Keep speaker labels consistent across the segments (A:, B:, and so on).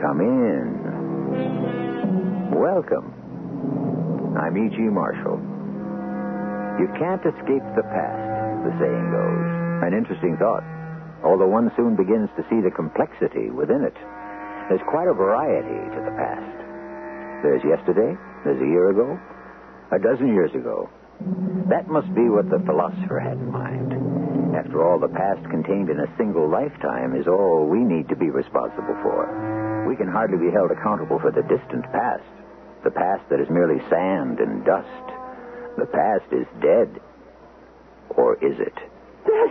A: Come in. Welcome. I'm E.G. Marshall. You can't escape the past, the saying goes. An interesting thought, although one soon begins to see the complexity within it. There's quite a variety to the past. There's yesterday, there's a year ago, a dozen years ago. That must be what the philosopher had in mind. After all, the past contained in a single lifetime is all we need to be responsible for. We can hardly be held accountable for the distant past, the past that is merely sand and dust. The past is dead. Or is it?
B: There's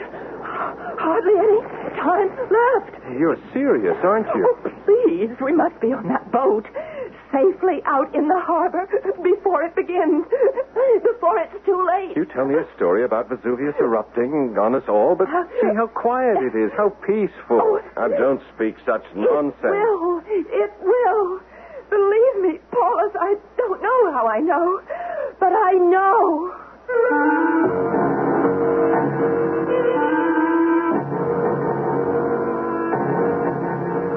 B: hardly any time left.
C: You're serious, aren't you?
B: Oh, please, we must be on that boat. Safely out in the harbor before it begins. Before it's too late.
C: You tell me a story about Vesuvius erupting on us all, but see how quiet it is, how peaceful.
B: Oh.
C: now, don't speak such
B: It
C: nonsense.
B: will. It will. Believe me, Paulus, I don't know how I know, but I know.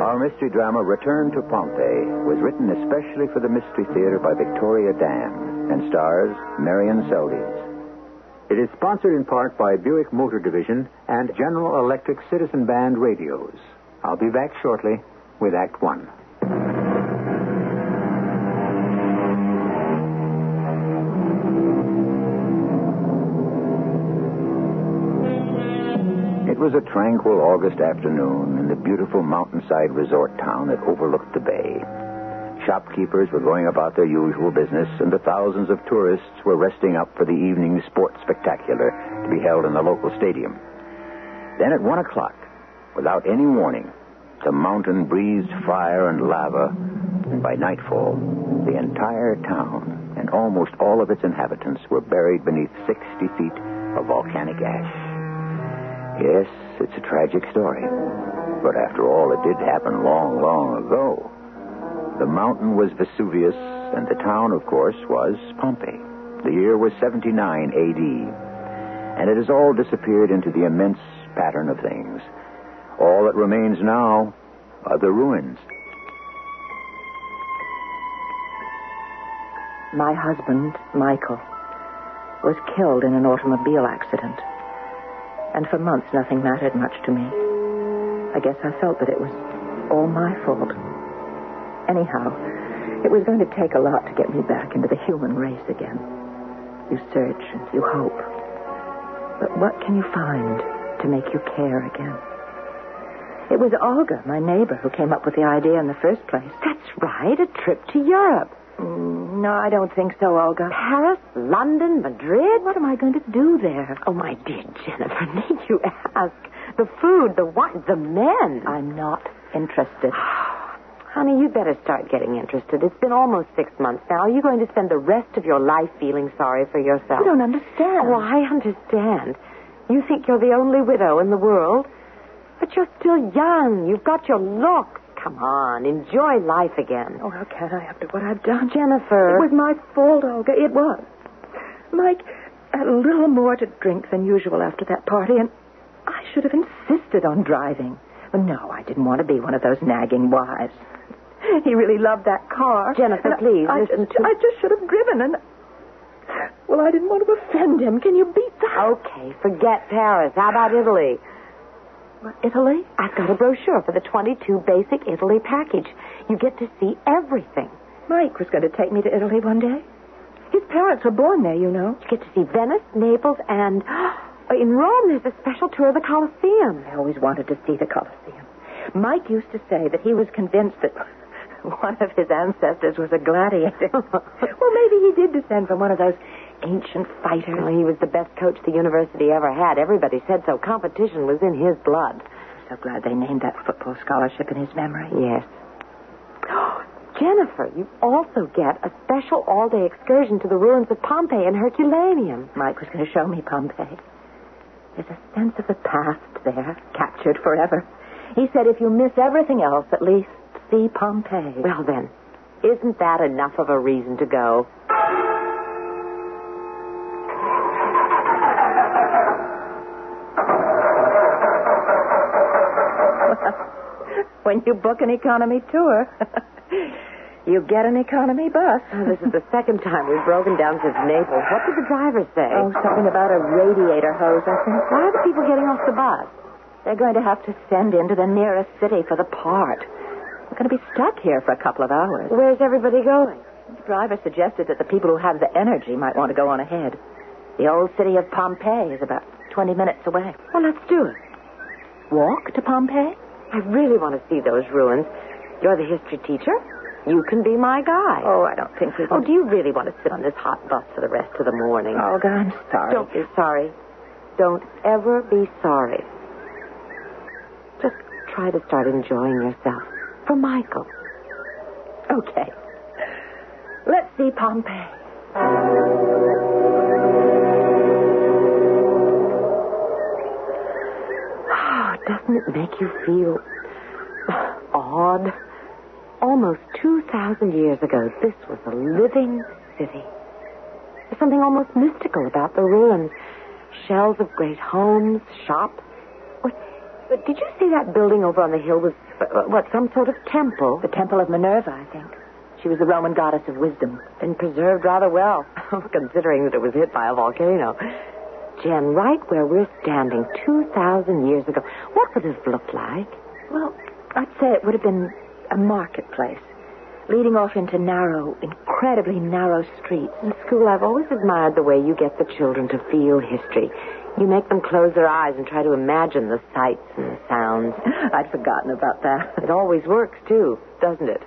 A: Our mystery drama, Return to Pompeii, was written especially for the Mystery Theater by Victoria Dan and stars Marion Seldes. It is sponsored in part by Buick Motor Division and General Electric Citizen Band Radios. I'll be back shortly with Act One. It was a tranquil August afternoon in the beautiful mountainside resort town that overlooked the bay. Shopkeepers were going about their usual business, and the thousands of tourists were resting up for the evening sports spectacular to be held in the local stadium. Then at one o'clock, without any warning, the mountain breathed fire and lava, and by nightfall, the entire town and almost all of its inhabitants were buried beneath 60 feet of volcanic ash. Yes, it's a tragic story. But after all, it did happen long, long ago. The mountain was Vesuvius, and the town, of course, was Pompeii. The year was 79 AD. And it has all disappeared into the immense pattern of things. All that remains now are the ruins.
D: My husband, Michael, was killed in an automobile accident. And for months, nothing mattered much to me. I guess I felt that it was all my fault. Anyhow, it was going to take a lot to get me back into the human race again. You search and you hope. But what can you find to make you care again? It was Olga, my neighbor, who came up with the idea in the first place. That's right, a trip to Europe. no, I don't think so, Olga. Paris, London, Madrid. What am I going to do there? Oh, my dear Jennifer, need you ask? The food, the wine, the men. I'm not interested. Honey, you better start getting interested. It's been almost six months now. Are you going to spend the rest of your life feeling sorry for yourself?
E: You don't understand.
D: Oh, I understand. You think you're the only widow in the world, but you're still young. You've got your looks. Come on, enjoy life again.
E: Oh, how can I after what I've done?
D: Jennifer.
E: It was my fault, Olga. It was. Mike had a little more to drink than usual after that party, and
D: I should have insisted on driving. But no, I didn't want to be one of those nagging wives.
E: he really loved that car.
D: Jennifer,
E: And I-
D: please,
E: I,
D: listen
E: just,
D: to-
E: I just should have driven, and well, I didn't want to offend him. Can you beat that?
D: Okay, forget Paris. How about Italy?
E: Italy?
D: I've got a brochure for the 22 Basic Italy package. You get to see everything.
E: Mike was going to take me to Italy one day. His parents were born there, you know.
D: You get to see Venice, Naples, and in Rome there's a special tour of the Colosseum.
E: I always wanted to see the Colosseum. Mike used to say that he was convinced that one of his ancestors was a gladiator. well, maybe he did descend from one of those
D: ancient fighter.
F: Well, he was the best coach the university ever had. Everybody said so. Competition was in his blood.
D: So glad they named that football scholarship in his memory.
F: Yes. Jennifer, you also get a special all day excursion to the ruins of Pompeii and Herculaneum.
D: Mike was going to show me Pompeii. There's a sense of the past there, captured forever. He said if you miss everything else, at least see Pompeii.
F: Well, then, isn't that enough of a reason to go?
D: when you book an economy tour, you get an economy bus.
F: Oh, this is the second time we've broken down since Naples. What did the driver say?
D: Oh, something about a radiator hose, I think.
F: Why are the people getting off the bus?
D: They're going to have to send into the nearest city for the part. We're going to be stuck here for a couple of hours.
F: Where's everybody going?
D: The driver suggested that the people who have the energy might want to go on ahead. The old city of Pompeii is about 20 minutes away.
F: Well, let's do it.
D: Walk to Pompeii?
F: I really want to see those ruins. You're the history teacher. You can be my guide.
D: Oh, I don't think we
F: Oh, do you really want to sit on this hot bus for the rest of the morning?
D: Olga, Oh, I'm sorry.
F: Don't be sorry. Don't ever be sorry. Just try to start enjoying yourself. For Michael.
D: Okay. Let's see Pompeii.
F: Oh, doesn't it make you feel odd? Almost 2,000 years ago, this was a living city. There's something almost mystical about the ruins. Shells of great homes, shops. What, but did you see that building over on the hill was, uh, what, some sort of temple?
D: The Temple of Minerva, I think. She was the Roman goddess of wisdom.
F: Been preserved rather well, considering that it was hit by a volcano. Jen, right where we're standing 2,000 years ago, what would it have looked like?
D: Well, I'd say it would have been a marketplace, leading off into narrow, incredibly narrow streets.
F: In school, I've always admired the way you get the children to feel history. You make them close their eyes and try to imagine the sights and the sounds.
D: I'd forgotten about that.
F: It always works, too, doesn't it?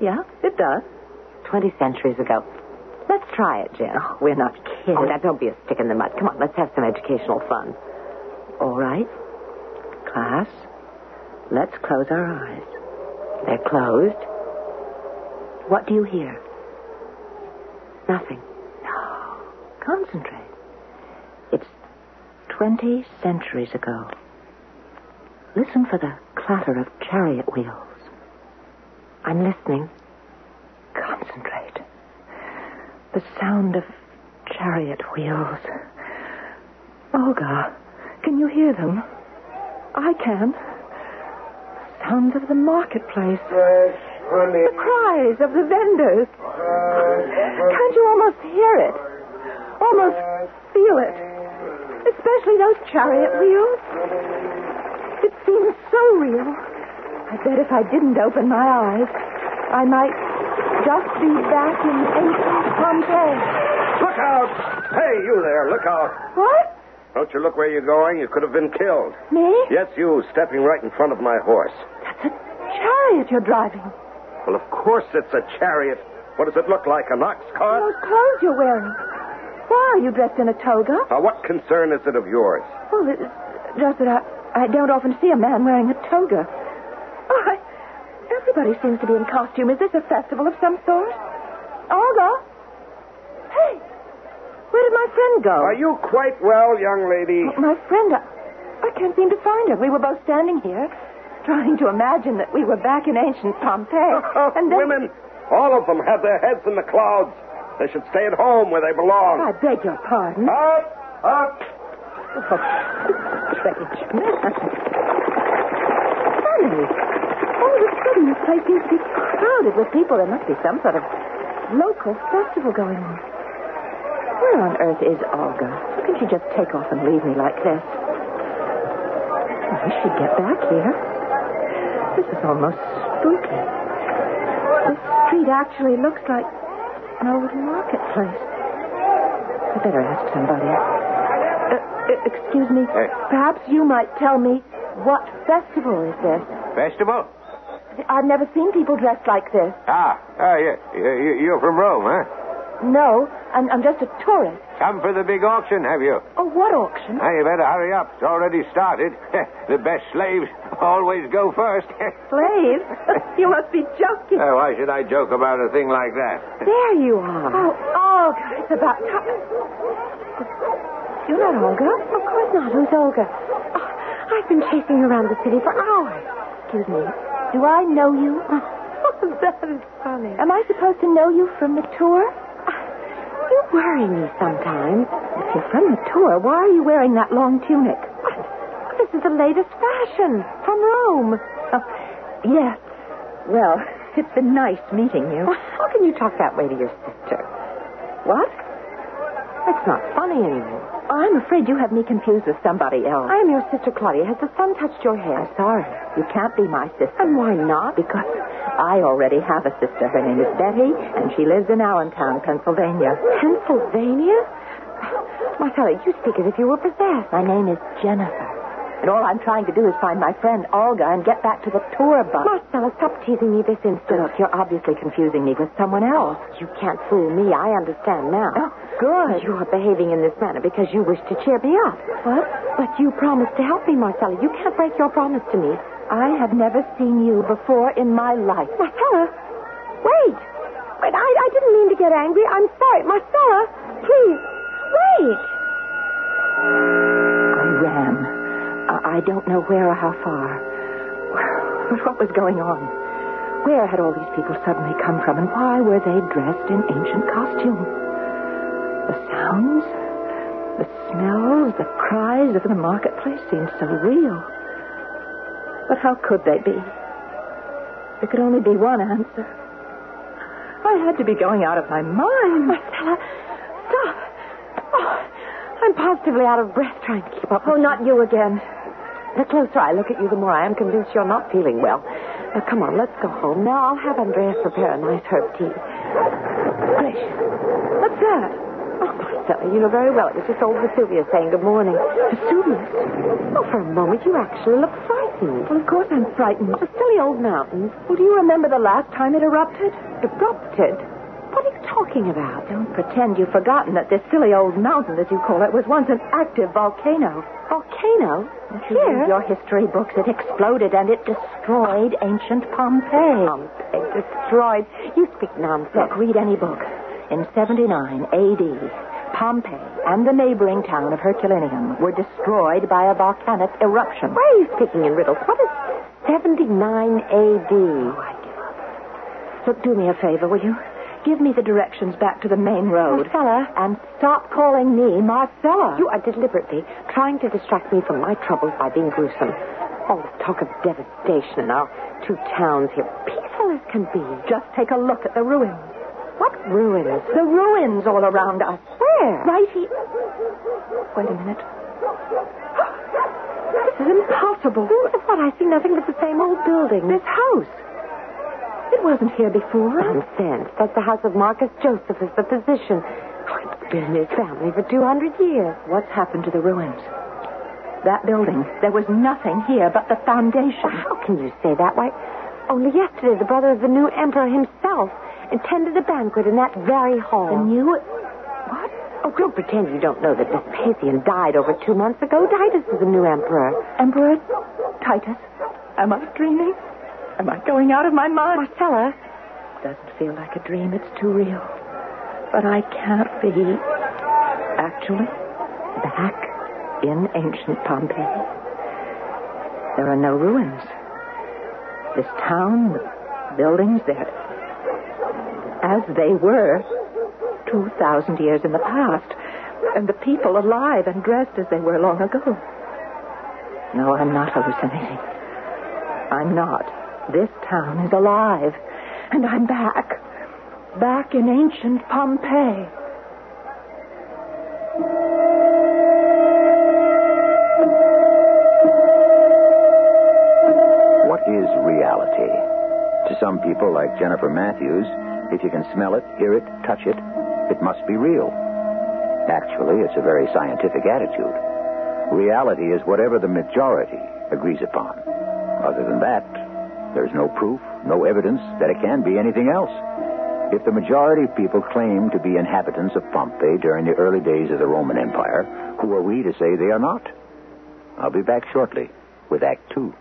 D: Yeah, it does.
F: 20 centuries ago. Let's try it, Jen.
D: Oh, we're not kidding.
F: Oh, now don't be a stick in the mud. Come on, let's have some educational fun.
D: All right. Class, let's close our eyes.
F: They're closed.
D: What do you hear?
F: Nothing.
D: No. Concentrate. It's 20 centuries ago. Listen for the clatter of chariot wheels.
F: I'm listening.
D: Concentrate. The sound of chariot wheels. Olga, can you hear them? I can. Sounds of the marketplace. The cries of the vendors. Can't you almost hear it? Almost feel it? Especially those chariot wheels. It seems so real. I bet if I didn't open my eyes, I might just be back in ancient Pompeii.
C: Look out! Hey, you there, look out.
D: What?
C: Don't you look where you're going? You could have been killed.
D: Me?
C: Yes, you, stepping right in front of my horse.
D: That's a chariot you're driving.
C: Well, of course it's a chariot. What does it look like, an ox cart?
D: Those clothes you're wearing. Why are you dressed in a toga?
C: Now, what concern is it of yours?
D: Well, it's just that I, I don't often see a man wearing a toga. Oh, I, everybody seems to be in costume. Is this a festival of some sort? Olga? Hey, where did my friend go?
C: Are you quite well, young lady?
D: My friend, I, I can't seem to find her. We were both standing here, trying to imagine that we were back in ancient Pompeii.
B: Oh,
D: and then...
C: Women, all of them have their heads in the clouds. They should stay at home where they belong.
D: I beg your pardon.
C: Up, up.
D: strange man. Funny. All of a sudden, this place seems to be crowded with people. There must be some sort of local festival going on. Where on earth is Olga? How can she just take off and leave me like this? I wish she'd get back here. This is almost spooky. This street actually looks like an old marketplace. I better ask somebody. Uh, uh, excuse me.
A: Yes.
D: Perhaps you might tell me what festival is this?
A: Festival?
D: I've never seen people dressed like this.
A: Ah, ah, yeah. You- you- You're from Rome, huh?
D: No, I'm, I'm just a tourist.
A: Come for the big auction, have you?
D: Oh, what auction?
A: Now you better hurry up. It's already started. the best slaves always go first.
B: Slaves? you must be joking.
A: Now, why should I joke about a thing like that?
D: There you are.
B: Oh, Olga, it's about time.
F: You're not Olga. Of course not. Who's Olga? Oh, I've been chasing you around the city for hours. Excuse me. Do I know you? Oh, that is funny.
D: Am I supposed to know you from the tour?
F: You worry me sometimes.
D: If you're from the tour, why are you wearing that long tunic?
F: This is the latest fashion from Rome.
D: Oh, yes. Well, it's been nice meeting you.
F: Well, how can you talk that way to your sister?
D: What?
F: That's not funny anymore.
D: I'm afraid you have me confused with somebody else.
F: I am your sister Claudia. Has the sun touched your hair?
D: I'm sorry. You can't be my sister.
F: And why not?
D: Because I already have a sister. Her name is Betty, and she lives in Allentown, Pennsylvania.
F: Pennsylvania? Marcella, you speak as if you were possessed.
D: My name is Jennifer. And all I'm trying to do is find my friend Olga and get back to the tour bus.
F: Marcella, stop teasing me this instant. Oh,
D: Look, you're obviously confusing me with someone else.
F: You can't fool me. I understand now.
D: Oh, good.
F: You are behaving in this manner because you wish to cheer me up.
D: What?
F: But you promised to help me, Marcella. You can't break your promise to me.
D: I have never seen you before in my life.
F: Marcella, wait. Wait, I, I didn't mean to get angry. I'm sorry. Marcella, please, wait.
D: I ran. I, I don't know where or how far. But what was going on? Where had all these people suddenly come from, and why were they dressed in ancient costume? The sounds, the smells, the cries of the marketplace seemed so real. But how could they be? There could only be one answer. I had to be going out of my mind.
F: Marcella, stop. Oh, I'm positively out of breath trying to keep up.
D: Oh, not you again.
F: The closer I look at you, the more I am convinced you're not feeling well. Now, come on, let's go home. Now, I'll have Andreas prepare a nice herb tea. Gracious. What's that? Oh, Marcella, you know very well it was just old Vesuvius saying good morning.
D: Vesuvius.
F: Oh, for a moment, you actually look frightened.
D: Well, of course I'm frightened.
F: The silly old mountains.
D: Well, do you remember the last time it erupted?
F: Erupted? What are you talking about?
D: Don't pretend you've forgotten that this silly old mountain, as you call it, was once an active volcano.
F: Volcano?
D: If you read
F: Here?
D: your history books, it exploded and it destroyed ancient Pompeii.
F: Pompeii destroyed. You speak nonsense.
D: Look, read any book. In 79 AD, Pompeii and the neighboring town of Herculaneum were destroyed by a volcanic eruption.
F: Why are you speaking in riddles? What is 79 A.D.?
D: Look, do me a favor, will you? Give me the directions back to the main road.
F: Marcella.
D: And stop calling me Marcella.
F: You are deliberately trying to distract me from my troubles by being gruesome. All this talk of devastation and our two towns here, peaceful as can be.
D: just take a look at the ruins.
F: What ruins?
D: The ruins all around us.
F: Where?
D: Right here. Wait a minute.
F: This is impossible. Look at what I see nothing but the same old building.
D: This house. It wasn't here before.
F: Nonsense. That's the house of Marcus Josephus, the physician. Oh, It's been in his family for 200 years.
D: What's happened to the ruins? That building. There was nothing here but the
F: Well,
D: foundation.
F: how can you say that? Why, only yesterday the brother of the new emperor himself attended a banquet in that very hall.
D: The new.
F: What? Oh, don't pretend you don't know that Vespasian died over two months ago. Titus is the new emperor.
D: Emperor Titus. Am I dreaming? Am I going out of my mind?
F: Marcella,
D: Doesn't feel like a dream. It's too real. But I can't be actually back in ancient Pompeii. There are no ruins. This town, the buildings, they're as they were 2,000 years in the past, and the people alive and dressed as they were long ago. No, I'm not hallucinating. I'm not. This town is alive, and I'm back. Back in ancient Pompeii.
A: What is reality? To some people, like Jennifer Matthews, if you can smell it, hear it, touch it, it must be real. Actually, it's a very scientific attitude. Reality is whatever the majority agrees upon. Other than that, there's no proof, no evidence that it can be anything else. If the majority of people claim to be inhabitants of Pompeii during the early days of the Roman Empire, who are we to say they are not? I'll be back shortly with Act Two.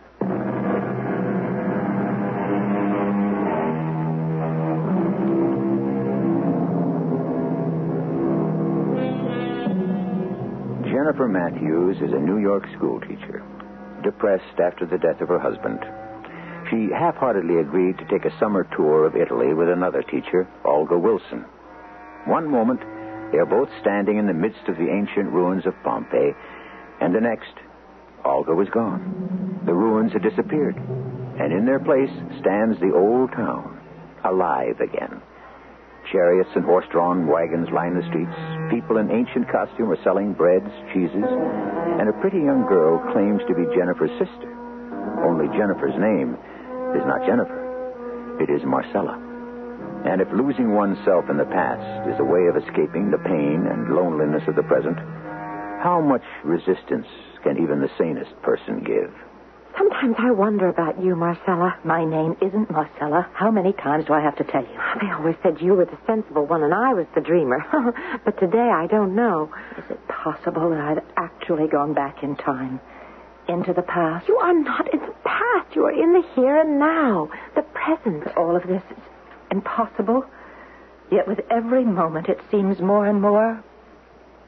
A: Jennifer Matthews is a New York schoolteacher, depressed after the death of her husband. She half heartedly agreed to take a summer tour of Italy with another teacher, Olga Wilson. One moment, they are both standing in the midst of the ancient ruins of Pompeii, and the next, Olga was gone. The ruins had disappeared, and in their place stands the old town, alive again. Chariots and horse drawn wagons line the streets. People in ancient costume are selling breads, cheeses, and a pretty young girl claims to be Jennifer's sister. Only Jennifer's name is not Jennifer, it is Marcella. And if losing oneself in the past is a way of escaping the pain and loneliness of the present, how much resistance can even the sanest person give?
F: Sometimes I wonder about you, Marcella.
D: My name isn't Marcella. How many times do I have to tell you?
F: They always said you were the sensible one and I was the dreamer. but today I don't know.
D: Is it possible that I've actually gone back in time? Into the past?
F: You are not in the past. You are in the here and now, the present.
D: All of this is impossible. Yet with every moment it seems more and more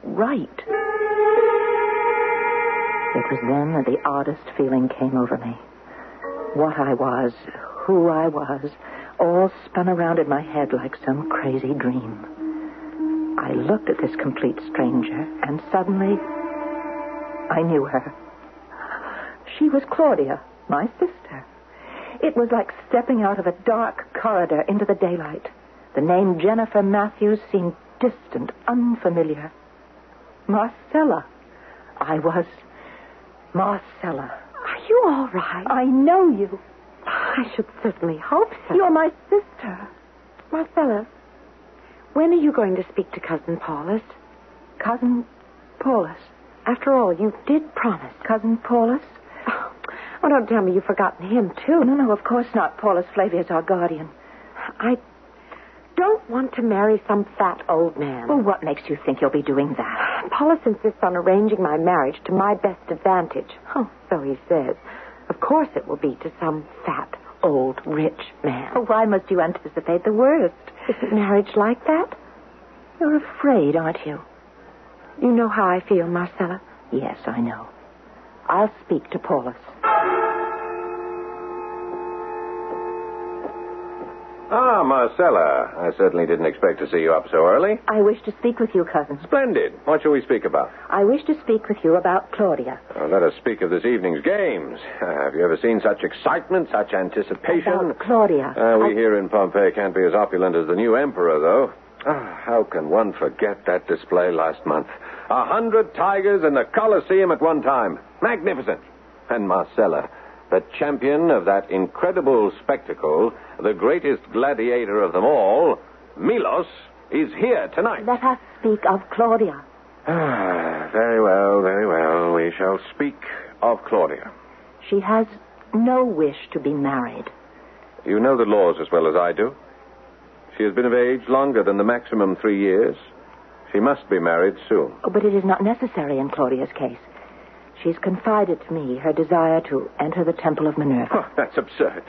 D: right. It was then that the oddest feeling came over me. What I was, who I was, all spun around in my head like some crazy dream. I looked at this complete stranger, and suddenly I knew her. She was Claudia, my sister. It was like stepping out of a dark corridor into the daylight. The name Jennifer Matthews seemed distant, unfamiliar. Marcella. I was Marcella.
F: Are you all right?
D: I know you.
F: I should certainly hope so.
D: You're my sister.
F: Marcella, when are you going to speak to Cousin Paulus?
D: Cousin Paulus.
F: After all, you did promise.
D: Cousin Paulus?
F: Oh, oh, don't tell me you've forgotten him, too.
D: No, no, of course not. Paulus Flavius, our guardian.
F: I don't want to marry some fat old man.
D: Well, what makes you think you'll be doing that?
F: Paulus insists on arranging my marriage to my best advantage.
D: Oh.
F: So he says. Of course it will be to some fat, old, rich man.
D: Oh, why must you anticipate the worst?
F: Isn't marriage like that?
D: You're afraid, aren't you?
F: You know how I feel, Marcella.
D: Yes, I know. I'll speak to Paulus.
C: Ah, Marcella. I certainly didn't expect to see you up so early.
D: I wish to speak with you, cousin.
C: Splendid. What shall we speak about?
D: I wish to speak with you about Claudia.
C: Uh, let us speak of this evening's games. Uh, have you ever seen such excitement, such anticipation?
D: About Claudia.
C: Uh, we here in Pompeii can't be as opulent as the new emperor, though. Ah, how can one forget that display last month? A hundred tigers in the Colosseum at one time. Magnificent. And Marcella, the champion of that incredible spectacle, the greatest gladiator of them all, Milos, is here tonight.
D: Let us speak of Claudia.
C: Ah, very well, very well. We shall speak of Claudia.
D: She has no wish to be married.
C: You know the laws as well as I do. She has been of age longer than the maximum three years. She must be married soon.
D: Oh, but it is not necessary in Claudia's case. She's confided to me her desire to enter the Temple of Minerva.
C: Oh, that's absurd.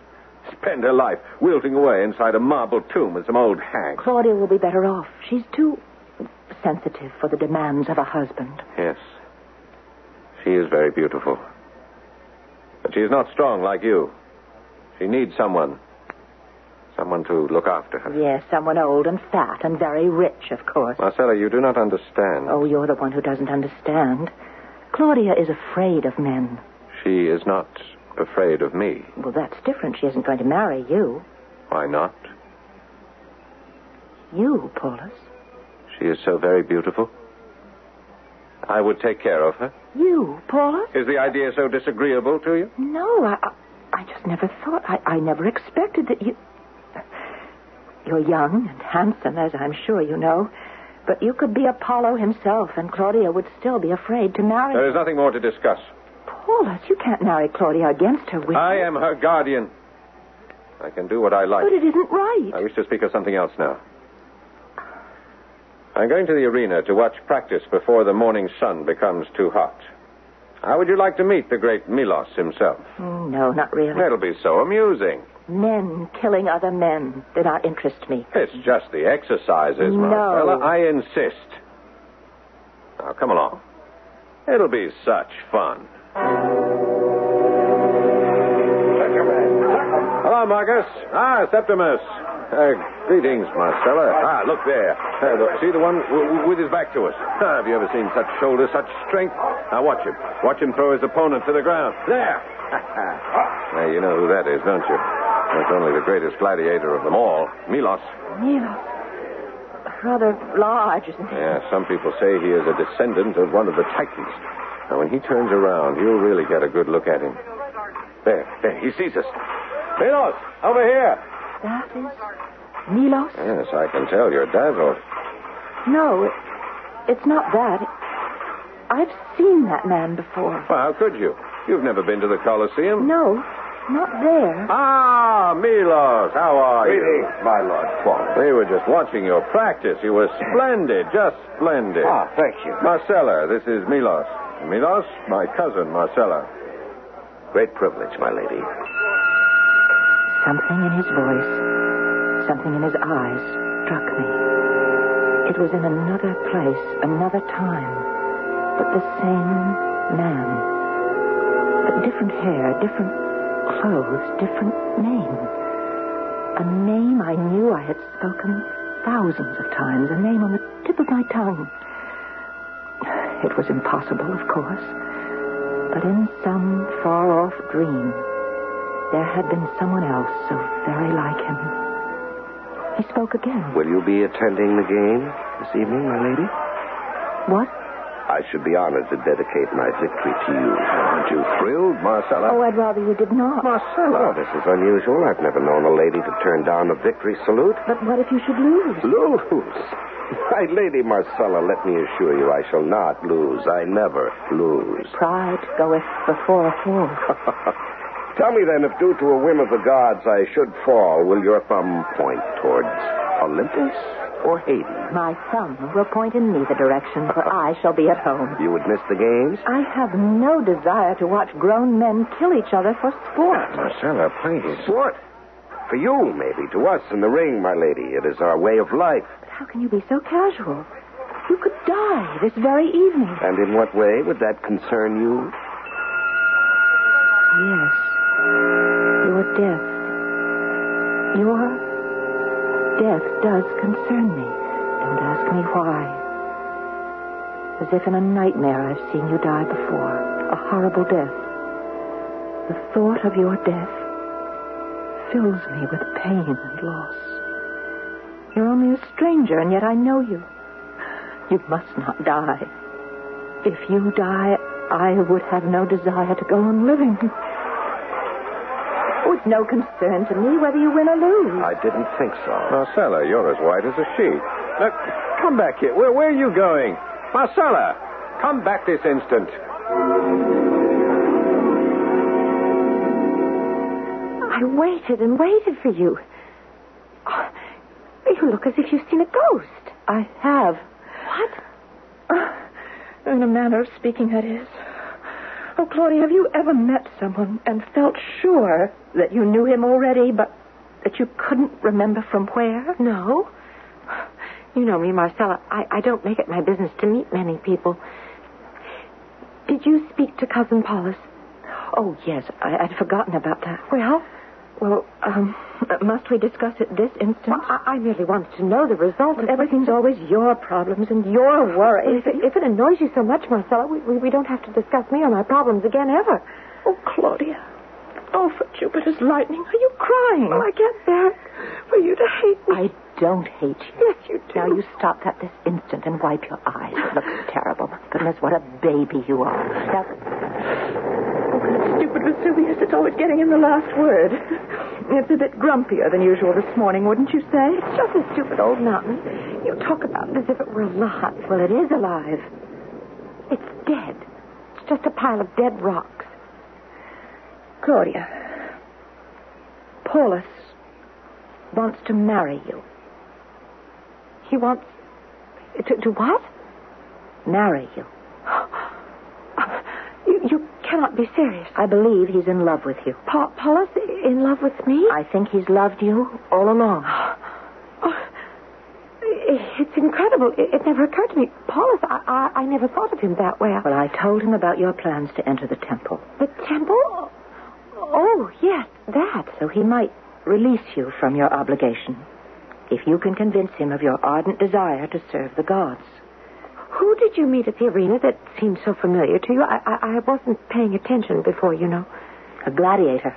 C: Spend her life wilting away inside a marble tomb with some old hag.
D: Claudia will be better off. She's too sensitive for the demands of a husband.
C: Yes. She is very beautiful. But she is not strong like you. She needs someone. Someone to look after her.
D: Yes, someone old and fat and very rich, of course.
C: Marcella, you do not understand.
D: Oh, you're the one who doesn't understand. Claudia is afraid of men.
C: She is not afraid of me.
D: Well, that's different. She isn't going to marry you.
C: Why not?
D: You, Paulus.
C: She is so very beautiful. I would take care of her.
D: You, Paulus?
C: Is the idea so disagreeable to you?
D: No, I, I, I just never thought. I, I never expected that you. You're young and handsome, as I'm sure you know. But you could be Apollo himself, and Claudia would still be afraid to marry.
C: There is nothing more to discuss.
D: Paulus, you can't marry Claudia against her will.
C: I am her guardian. I can do what I like.
D: But it isn't right.
C: I wish to speak of something else now. I'm going to the arena to watch practice before the morning sun becomes too hot. How would you like to meet the great Milos himself?
D: Mm, No, not really.
C: That'll be so amusing.
D: Men killing other men do not interest me.
C: It's just the exercises,
D: No.
C: Marcella. I insist. Now, come along. It'll be such fun. Hello, Marcus. Ah, Septimus. Uh, greetings, Marcella. Ah, look there. Uh, look, see the one w- w- with his back to us. Ah, have you ever seen such shoulders, such strength? Now watch him. Watch him throw his opponent to the ground. There. now you know who that is, don't you? That's only the greatest gladiator of them all, Milos.
D: Milos. Rather large, isn't he?
C: Yeah, some people say he is a descendant of one of the Titans. Now, when he turns around, you'll really get a good look at him. There, there, he sees us. Milos, over here.
D: That is. Milos?
C: Yes, I can tell you're dazzled.
D: No, it, it's not that. I've seen that man before.
C: Well, how could you? You've never been to the Colosseum.
D: No, not there.
C: Ah, Milos, how are you?
A: Greetings, my lord Paul.
C: We were just watching your practice. You were splendid, just splendid.
A: Ah, thank you.
C: Marcella, this is Milos. Milos, my cousin Marcella.
A: Great privilege, my lady.
D: Something in his voice, something in his eyes struck me. It was in another place, another time, but the same man. But different hair, different clothes, different name. A name I knew I had spoken thousands of times, a name on the tip of my tongue. It was impossible, of course, but in some far off dream, there had been someone else so very like him. He spoke again.
A: Will you be attending the game this evening, my lady?
D: What?
A: I should be honored to dedicate my victory to you. Aren't you thrilled, Marcella?
D: Oh, I'd rather you did not.
A: Marcella. this is unusual. I've never known a lady to turn down a victory salute.
D: But what if you should lose?
A: Lose? My lady Marcella, let me assure you I shall not lose. I never lose.
D: Pride goeth before a fall.
A: Tell me then, if due to a whim of the gods I should fall, will your thumb point towards Olympus or Hades?
D: My thumb will point in neither direction, for I shall be at home.
A: You would miss the games?
D: I have no desire to watch grown men kill each other for sport.
A: Marcella, please. Sport? For you, maybe. To us in the ring, my lady. It is our way of life.
D: But how can you be so casual? You could die this very evening.
A: And in what way would that concern you?
D: Yes. Your death. Your death does concern me. Don't ask me why. As if in a nightmare I've seen you die before. A horrible death. The thought of your death fills me with pain and loss. You're only a stranger, and yet I know you. You must not die. If you die, I would have no desire to go on living. With no concern to me whether you win or lose.
A: I didn't think so.
C: Marcella, you're as white as a sheet. Look, come back here. Where, where are you going? Marcella, come back this instant.
F: I waited and waited for you. Oh, you look as if you've seen a ghost.
D: I have.
F: What?
E: Uh, In a manner of speaking, that is. Oh, Claudia, have you ever met someone and felt sure that you knew him already, but that you couldn't remember from where?
F: No. You know me, Marcella. I, I don't make it my business to meet many people. Did you speak to Cousin Paulus?
D: Oh, yes, I, I'd forgotten about that.
F: Well,
E: Well, um, must we discuss it this instant?
F: I, I merely wanted to know the result of
E: Everything's always your problems and your worries.
F: If it, if it annoys you so much, Marcella, we, we, we don't have to discuss me or my problems again ever.
E: Oh, Claudia. Oh, for Jupiter's lightning, are you crying?
F: Well, I can't bear it for you to hate me.
D: I don't hate you.
F: Yes, you do.
D: Now you stop that this instant and wipe your eyes. It looks terrible. My goodness, what a baby you are. Now,
E: Oh, Stupid Vesuvius, it's always getting in the last word. It's a bit grumpier than usual this morning, wouldn't you say? It's just a stupid old mountain.
F: You talk about it as if it were alive. Well, it is alive. It's dead. It's just a pile of dead rocks.
E: Claudia, Paulus wants to marry you.
F: He wants. To, to what?
D: Marry you.
F: You, you cannot be serious.
D: I believe he's in love with you.
F: Pa- Paula's in love with me?
D: I think he's loved you all along.
F: Oh, it's incredible. It, it never occurred to me. Paulus, I, I, I never thought of him that way.
D: Well, I told him about your plans to enter the temple,
F: The temple? Oh, yes, that.
D: so he might release you from your obligation if you can convince him of your ardent desire to serve the gods.
F: Who did you meet at the arena that seemed so familiar to you? I, I, I wasn't paying attention before, you know.
D: A gladiator.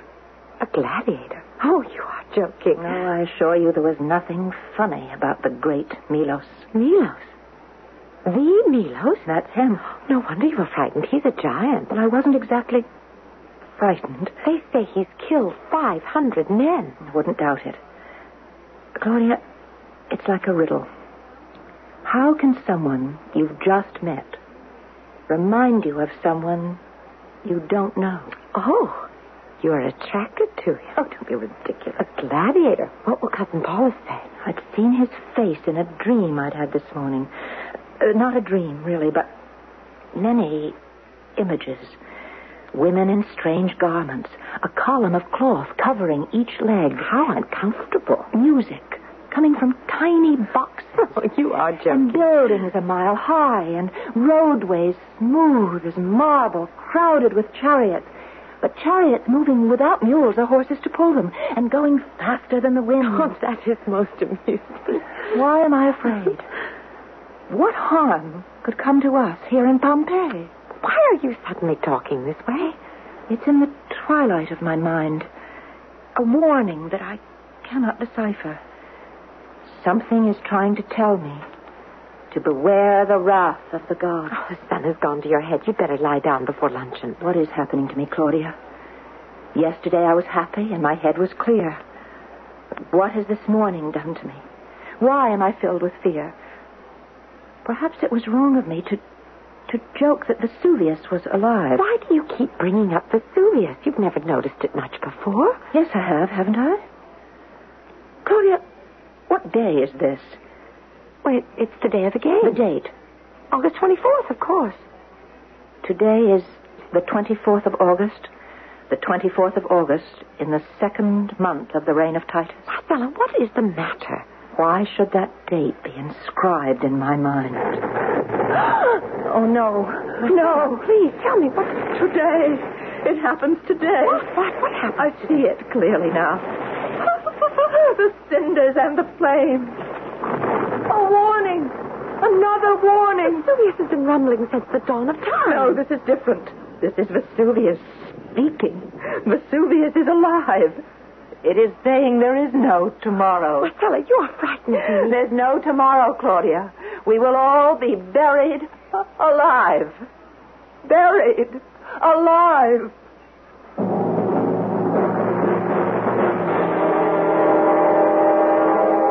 F: A gladiator. Oh, you are joking.
D: No, I assure you there was nothing funny about the great Milos.
F: Milos. The Milos?
D: That's him.
F: No wonder you were frightened. He's a giant.
D: Well, I wasn't exactly frightened.
F: They say he's killed 500 men.
D: I wouldn't doubt it. Claudia, it's like a riddle. How can someone you've just met remind you of someone you don't know?
F: Oh, you're attracted to him. Oh, don't be ridiculous. A gladiator. What will Cousin Paula say?
D: I'd seen his face in a dream I'd had this morning. Uh, not a dream, really, but many images. Women in strange garments, a column of cloth covering each leg. How uncomfortable. Music coming from tiny boxes.
F: Oh, you are
D: And buildings a mile high, and roadways smooth as marble, crowded with chariots. But chariots moving without mules or horses to pull them, and going faster than the wind.
F: Oh, that is most amusing.
D: Why am I afraid? What harm could come to us here in Pompeii?
F: Why are you suddenly talking this way?
D: It's in the twilight of my mind. A warning that I cannot decipher. Something is trying to tell me to beware the wrath of the gods.
F: Oh, the sun has gone to your head. You'd better lie down before luncheon.
D: What is happening to me, Claudia? Yesterday I was happy and my head was clear. But what has this morning done to me? Why am I filled with fear? Perhaps it was wrong of me to to joke that Vesuvius was alive.
F: Why do you keep bringing up Vesuvius? You've never noticed it much before.
D: Yes, I have, haven't I? Claudia, what day is this?
F: Well, it, it's the day of the game.
D: The date.
F: August 24th, of course.
D: Today is the 24th of August. The 24th of August in the second month of the reign of Titus.
F: Marcella, what is the matter?
D: Why should that date be inscribed in my mind? oh, no.
F: No, please tell me what.
B: Today. It happens today.
F: What? What? What happened?
D: I see it clearly now.
B: the cinders and the flames. A warning. Another warning.
F: Vesuvius has been rumbling since the dawn of time.
B: No, this is different. This is Vesuvius speaking. Vesuvius is alive. It is saying there is no tomorrow.
F: Marcella, you are frightening me.
B: There's no tomorrow, Claudia. We will all be buried alive. Buried alive.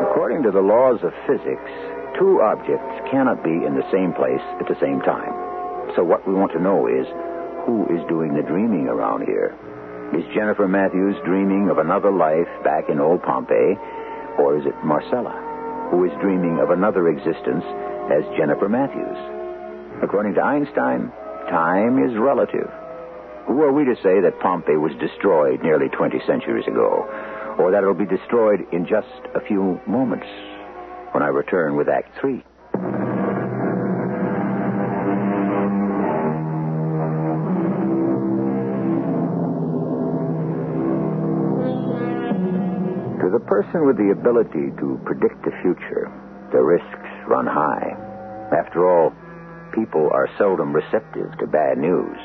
A: According to the laws of physics, two objects cannot be in the same place at the same time. So what we want to know is who is doing the dreaming around here? Is Jennifer Matthews dreaming of another life back in old Pompeii, or is it Marcella, who is dreaming of another existence as Jennifer Matthews? According to Einstein, time is relative. Who are we to say that Pompeii was destroyed nearly 20 centuries ago, or that it'll be destroyed in just a few moments when I return with Act Three? To the person with the ability to predict the future, the risks run high. After all, people are seldom receptive to bad news.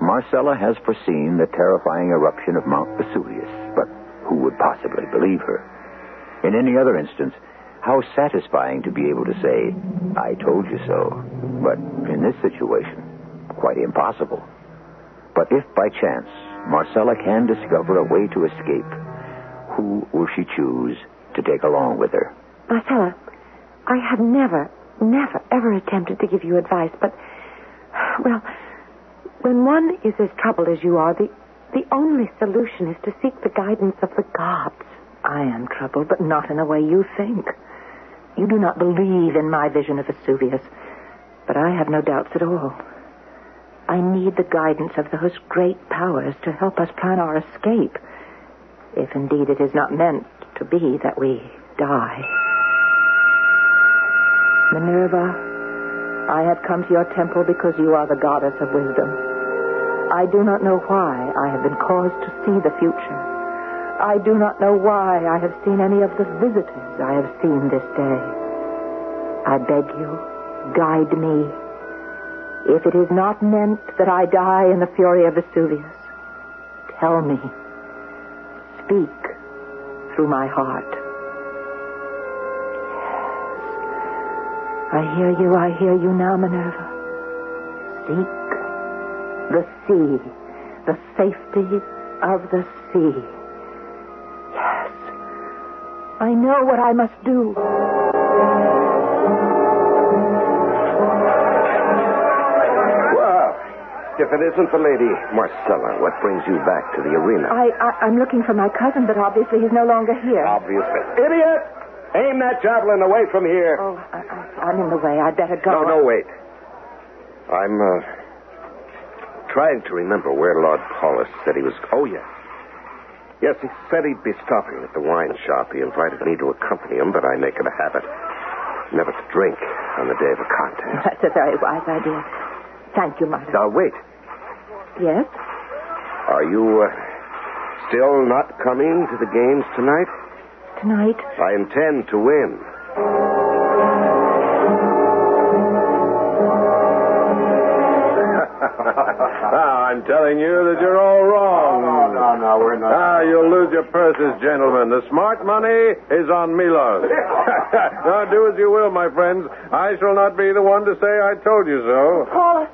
A: Marcella has foreseen the terrifying eruption of Mount Vesuvius, but who would possibly believe her? In any other instance, how satisfying to be able to say, I told you so. But in this situation, quite impossible. But if by chance Marcella can discover a way to escape, who will she choose to take along with her?
F: Marcella, I have never, never, ever attempted to give you advice, but, well, when one is as troubled as you are, the, the only solution is to seek the guidance of the gods.
D: I am troubled, but not in a way you think.
G: You do not believe in my vision of Vesuvius, but I have no doubts at all. I need the guidance of those great powers to help us plan our escape, if indeed it is not meant to be that we die. Minerva, I have come to your temple because you are the goddess of wisdom. I do not know why I have been caused to see the future. I do not know why I have seen any of the visitors I have seen this day. I beg you, guide me. If it is not meant that I die in the fury of Vesuvius, tell me. Speak through my heart. I hear you, I hear you now, Minerva. Seek the sea, the safety of the sea. Yes, I know what I must do.
B: Well,
A: Ah,
B: if it isn't the lady, Marcella, what brings you back to the arena?
G: I, I, I'm looking for my cousin, but obviously he's no longer here.
B: Obviously. Idiot! Aim that javelin away from here.
G: Oh, I, I, I'm in the way. I'd better go.
B: No, no, wait. I'm uh, trying to remember where Lord Paulus said he was. Oh, yes. Yes, he said he'd be stopping at the wine shop. He invited me to accompany him, but I make it a habit never to drink on the day of a contest.
G: That's a very wise idea. Thank you, Martha.
B: Now, wait.
G: Yes?
B: Are you uh, still not coming to the games tonight?
G: Tonight?
B: I intend to win.
C: Now, Ah, I'm telling you that you're all wrong.
B: no, no, we're
C: Ah, you'll lose your purses, gentlemen. The smart money is on Milos.
B: Oh,
C: now, do as you will, my friends. I shall not be the one to say I told you so.
D: Paula,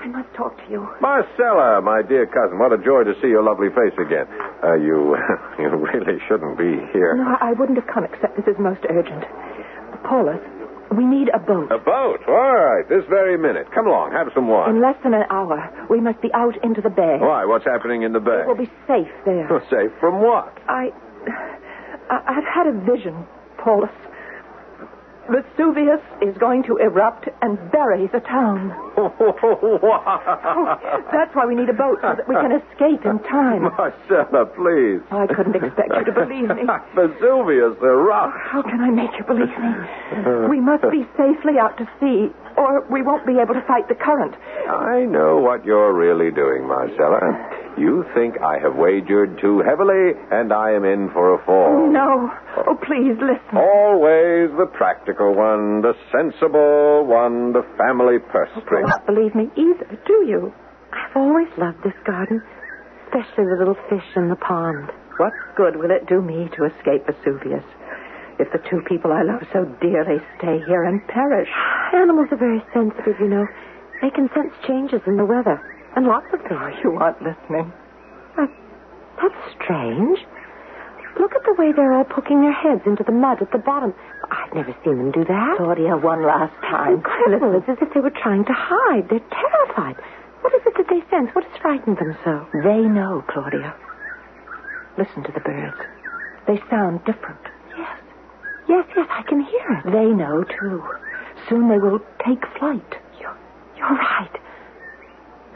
D: I must talk to you.
C: Marcella, my dear cousin, what a joy to see your lovely face again. Uh, you, you really shouldn't be here.
D: No, I I wouldn't have come except this is most urgent. Paula, we need a boat.
C: A boat. All right, this very minute. Come along, have some wine.
D: In less than an hour, we must be out into the bay.
C: Why? What's happening in the bay?
D: It will be safe there.
C: Well, safe from what?
D: I, I, I've had a vision, Paulus. Vesuvius is going to erupt and bury the town. Oh, That's why we need a boat so that we can escape in time.
C: Marcella, please.
D: Oh, I couldn't expect you to believe me.
C: Vesuvius, the rock.
D: How can I make you believe me? We must be safely out to sea, or we won't be able to fight the current.
C: I know what you're really doing, Marcella. You think I have wagered too heavily, and I am in for a fall.
D: No. Oh, please listen.
C: Always the practical one, the sensible one, the family purse string.
D: You don't believe me either, do you?
H: I've always loved this garden, especially the little fish in the pond.
D: What good will it do me to escape Vesuvius if the two people I love so dearly stay here and perish?
H: Animals are very sensitive, you know. They can sense changes in the weather and lots of things.
D: You aren't listening.
H: Why, that's strange. Look at the way they're all poking their heads into the mud at the bottom. I've never seen them do that.
D: Claudia, one last time.
H: Incredible. It's as if they were trying to hide. They're terrified. What is it that they sense? What has frightened them so?
D: They know, Claudia. Listen to the birds. They sound different.
H: Yes. Yes, yes, I can hear it.
D: They know, too. Soon they will take flight.
H: You're, you're right.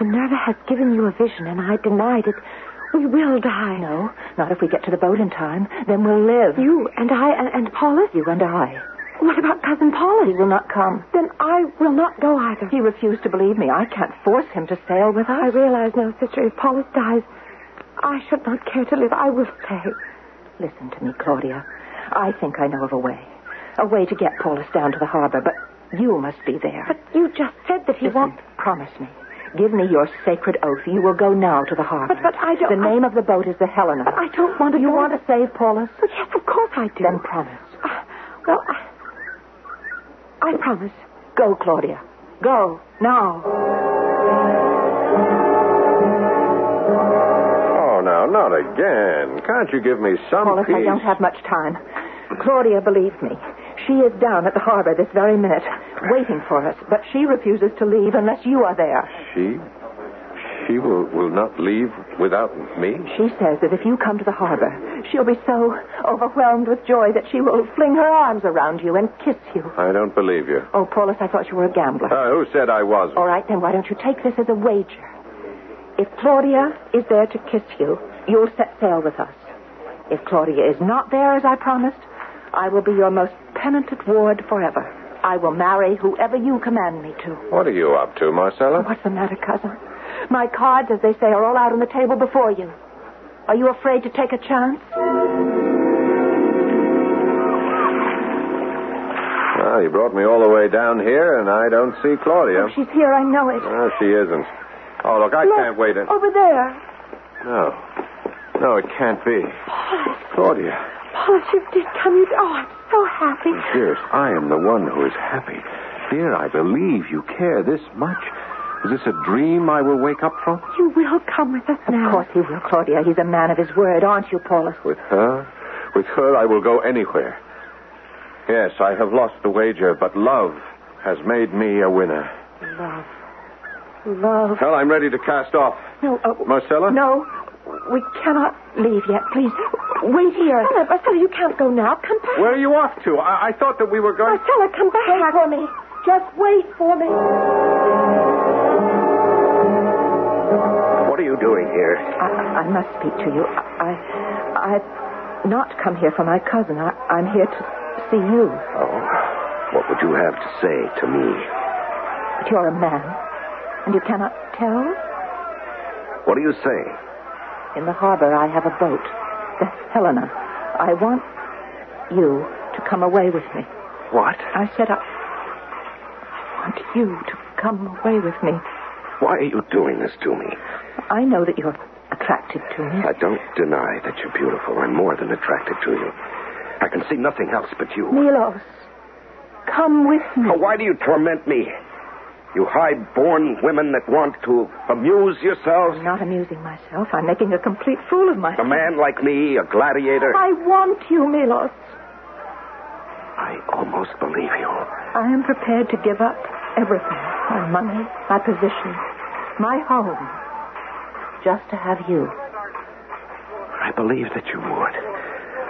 H: Minerva has given you a vision, and I denied it. We will die.
D: No, not if we get to the boat in time. Then we'll live.
H: You and I and, and Paulus?
D: You and I.
H: What about Cousin Paulus?
D: He will not come.
H: Then I will not go either.
D: He refused to believe me. I can't force him to sail with us.
H: I realize now, sister, if Paulus dies, I should not care to live. I will stay.
D: Listen to me, Claudia. I think I know of a way. A way to get Paulus down to the harbor, but you must be there.
H: But you just said that he
D: Listen,
H: won't.
D: Promise me. Give me your sacred oath. You will go now to the harbor.
H: But- but I don't-
D: The name of the boat is the Helena.
H: But I don't want to
D: You
H: go
D: want
H: to-
D: to save Paulus?
H: But yes, of course I do.
D: Then promise.
H: Uh, well, I, I promise.
D: Go, Claudia. Go now.
C: Oh, now, not again. Can't you give me some
D: Paulus,
C: peace?
D: I don't have much time. Claudia, believe me, she is down at the harbor this very minute, waiting for us. But she refuses to leave unless you are there.
C: She? She will, will not leave without me?
D: She says that if you come to the harbor, She'll be so overwhelmed with joy that she will fling her arms around you and kiss you.
C: I don't believe you.
D: Oh, Paulus, I thought you were a gambler.
C: Uh, who said I wasn't?
D: All right, then why don't you take this as a wager? If Claudia is there to kiss you, you'll set sail with us. If Claudia is not there, as I promised, I will be your most penitent ward forever. I will marry whoever you command me to.
C: What are you up to, Marcella?
D: What's the matter, cousin? My cards, as they say, are all out on the table before you. Are you afraid to take a chance?
C: Well, Ah, you brought me all the way down here, and I don't see Claudia.
D: She's here, I know it.
C: No, she isn't. Oh, look, I
D: Oh, Look,
C: can't wait. A...
D: Over there.
C: No. No, it can't be.
D: Oh.
C: Claudia.
D: Paulus, you did come. You... Oh, I'm so happy.
C: Dearest, I am the one who is happy. Dear, I believe you care this much. Is this a dream I will wake up from?
D: You will come with us now. Of course he will, Claudia. He's a man of his word, aren't you, Paulus?
C: With her? With her, I will go anywhere. Yes, I have lost the wager, but love has made me a winner.
D: Love. Love.
C: Well, I'm ready to cast off.
D: No, oh,
C: Marcella?
D: No, we cannot leave yet. Please, wait here. Marcella, Marcella, you can't go now. Come back.
C: Where are you off to? I, I thought that we were going.
D: Marcella, come back. Wait for me. Just wait for me.
B: What are you doing here?
I: I, I must speak to you. I, I, I've not come here for my cousin. I, I'm here to see you.
B: Oh, what would you have to say to me?
I: But you're a man, and you cannot tell.
B: What are you saying?
I: In the harbor, I have a boat. The Helena. I want you to come away with me.
B: What?
I: I said I, I want you to come away with me.
B: Why are you doing this to me?
I: I know that you're attracted to me.
B: I don't deny that you're beautiful. I'm more than attracted to you. I can see nothing else but you.
D: Milos, come with me.
B: Now, why do you torment me? You high-born women that want to amuse yourselves?
I: I'm not amusing myself. I'm making a complete fool of myself.
B: A man like me, a gladiator?
D: I want you, Milos.
B: I almost believe you.
I: I am prepared to give up everything my money, my position, my home, just to have you.
B: I believe that you would.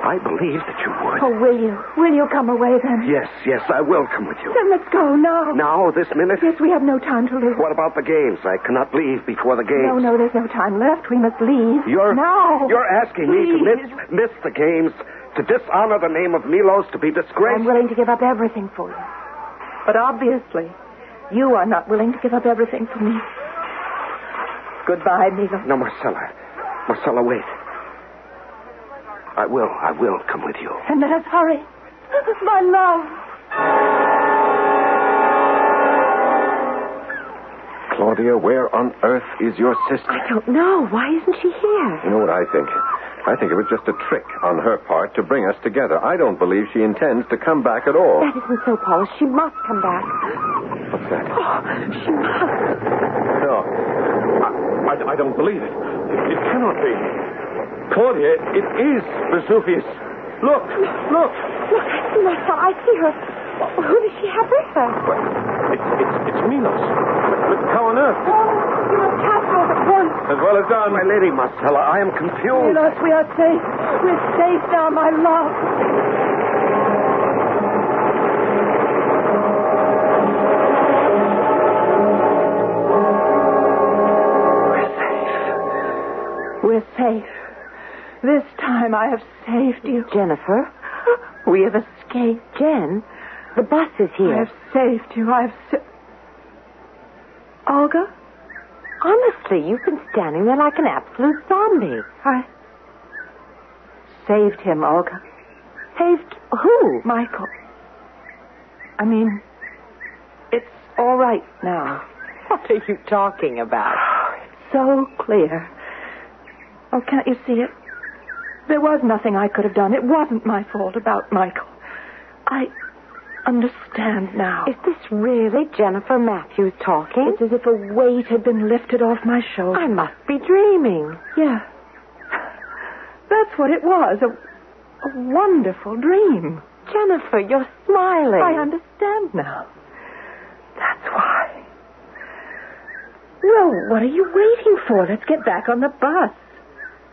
B: I believe that you would.
D: Oh, will you? Will you come away then?
B: Yes, yes, I will come with you.
D: Then let's go now.
B: Now, this minute?
D: Yes, we have no time to lose.
B: What about the games? I cannot leave before the games.
D: No, no, there's no time left. We must leave.
B: You're
D: now.
B: you're asking me to miss miss the games, to dishonor the name of Milos, to be disgraced.
D: I'm willing to give up everything for you. But obviously, you are not willing to give up everything for me. Goodbye, Milo.
B: No, Marcella, Marcella, wait. I will, I will come with you.
D: And let us hurry. My love.
C: Claudia, where on earth is your sister?
J: I don't know. Why isn't she here?
C: You know what I think? I think it was just a trick on her part to bring us together. I don't believe she intends to come back at all.
J: That isn't so, Paulus. She must come back.
C: What's that?
J: Oh, she must.
C: No. I, I, I don't believe it. it. It cannot be. Claudia, it is Vesuvius. Look, look.
J: Look, I see Marcella. I see her. Who does she have with her?
C: It's, it's, it's Minos. Look how on earth.
J: Oh, you must catch her at once.
C: As well as done.
B: My lady Marcella, I am confused.
D: Milos, we are safe. We're safe now, my love. We're safe. This time I have saved you.
J: Jennifer,
D: We have escaped.
J: Jen, the bus is
D: I
J: here.
D: have saved you. I have sa- Olga,
J: Honestly, you've been standing there like an absolute zombie.
D: I saved him, Olga.
J: Saved who?
D: Michael. I mean, it's all right now.
J: What are you talking about?
D: So clear. Oh, can't you see it? There was nothing I could have done. It wasn't my fault about Michael. I understand now.
J: Is this really Jennifer Matthews talking?
D: It's as if a weight had been lifted off my shoulders.
J: I must be dreaming.
D: Yeah. That's what it was. A, a wonderful dream.
J: Jennifer, you're smiling.
D: I understand now. That's why. Well, what are you waiting for? Let's get back on the bus.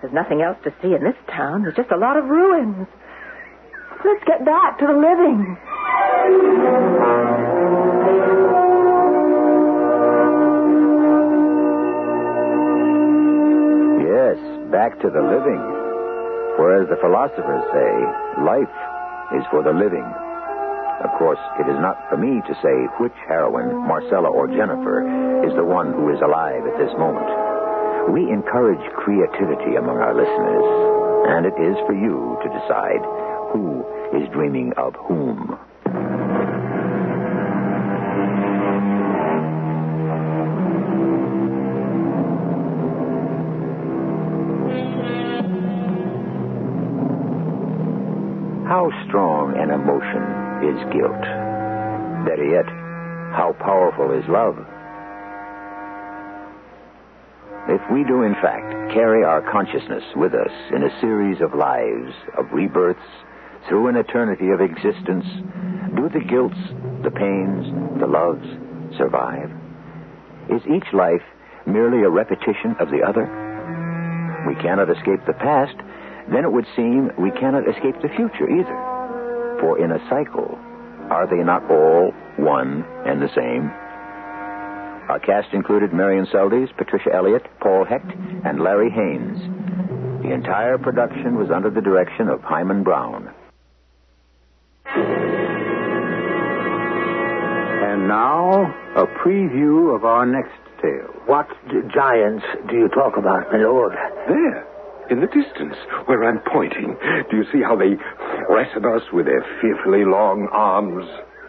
D: There's nothing else to see in this town. There's just a lot of ruins. Let's get back to the living.
A: Yes, back to the living. For as the philosophers say, life is for the living. Of course, it is not for me to say which heroine, Marcella or Jennifer, is the one who is alive at this moment. We encourage creativity among our listeners, and it is for you to decide who is dreaming of whom. How strong an emotion is guilt? Better yet, how powerful is love? If we do, in fact, carry our consciousness with us in a series of lives, of rebirths, through an eternity of existence, do the guilts, the pains, the loves survive? Is each life merely a repetition of the other? We cannot escape the past, then it would seem we cannot escape the future either. For in a cycle, are they not all one and the same? Our cast included Marion Seldes, Patricia Elliott, Paul Hecht, and Larry Haynes. The entire production was under the direction of Hyman Brown.
K: And now, a preview of our next tale.
J: What d- giants do you talk about, my lord?
L: There, in the distance, where I'm pointing. Do you see how they press at us with their fearfully long arms?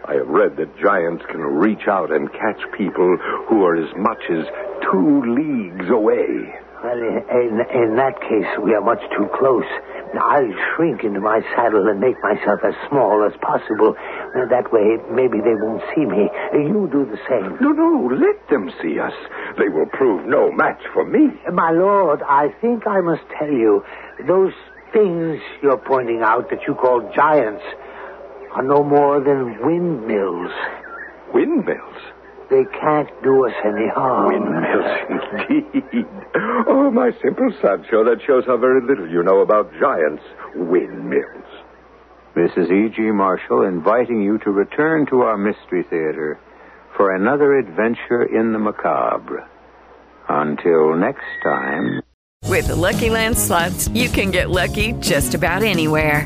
L: I have read that giants can reach out and catch people who are as much as two leagues away.
J: Well, in, in, in that case, we are much too close. I'll shrink into my saddle and make myself as small as possible. Uh, That way, maybe they won't see me. Uh, You do the same.
L: No, no, let them see us. They will prove no match for me.
J: My lord, I think I must tell you, those things you're pointing out that you call giants are no more than windmills.
L: Windmills?
J: They can't do us any harm.
L: Windmills, indeed. Oh, my simple Sancho, that shows how very little you know about giants. Windmills.
K: Mrs. E.G. E Marshall inviting you to return to our Mystery Theater for another adventure in the macabre. Until next time.
M: With the Lucky Land slots, you can get lucky just about anywhere.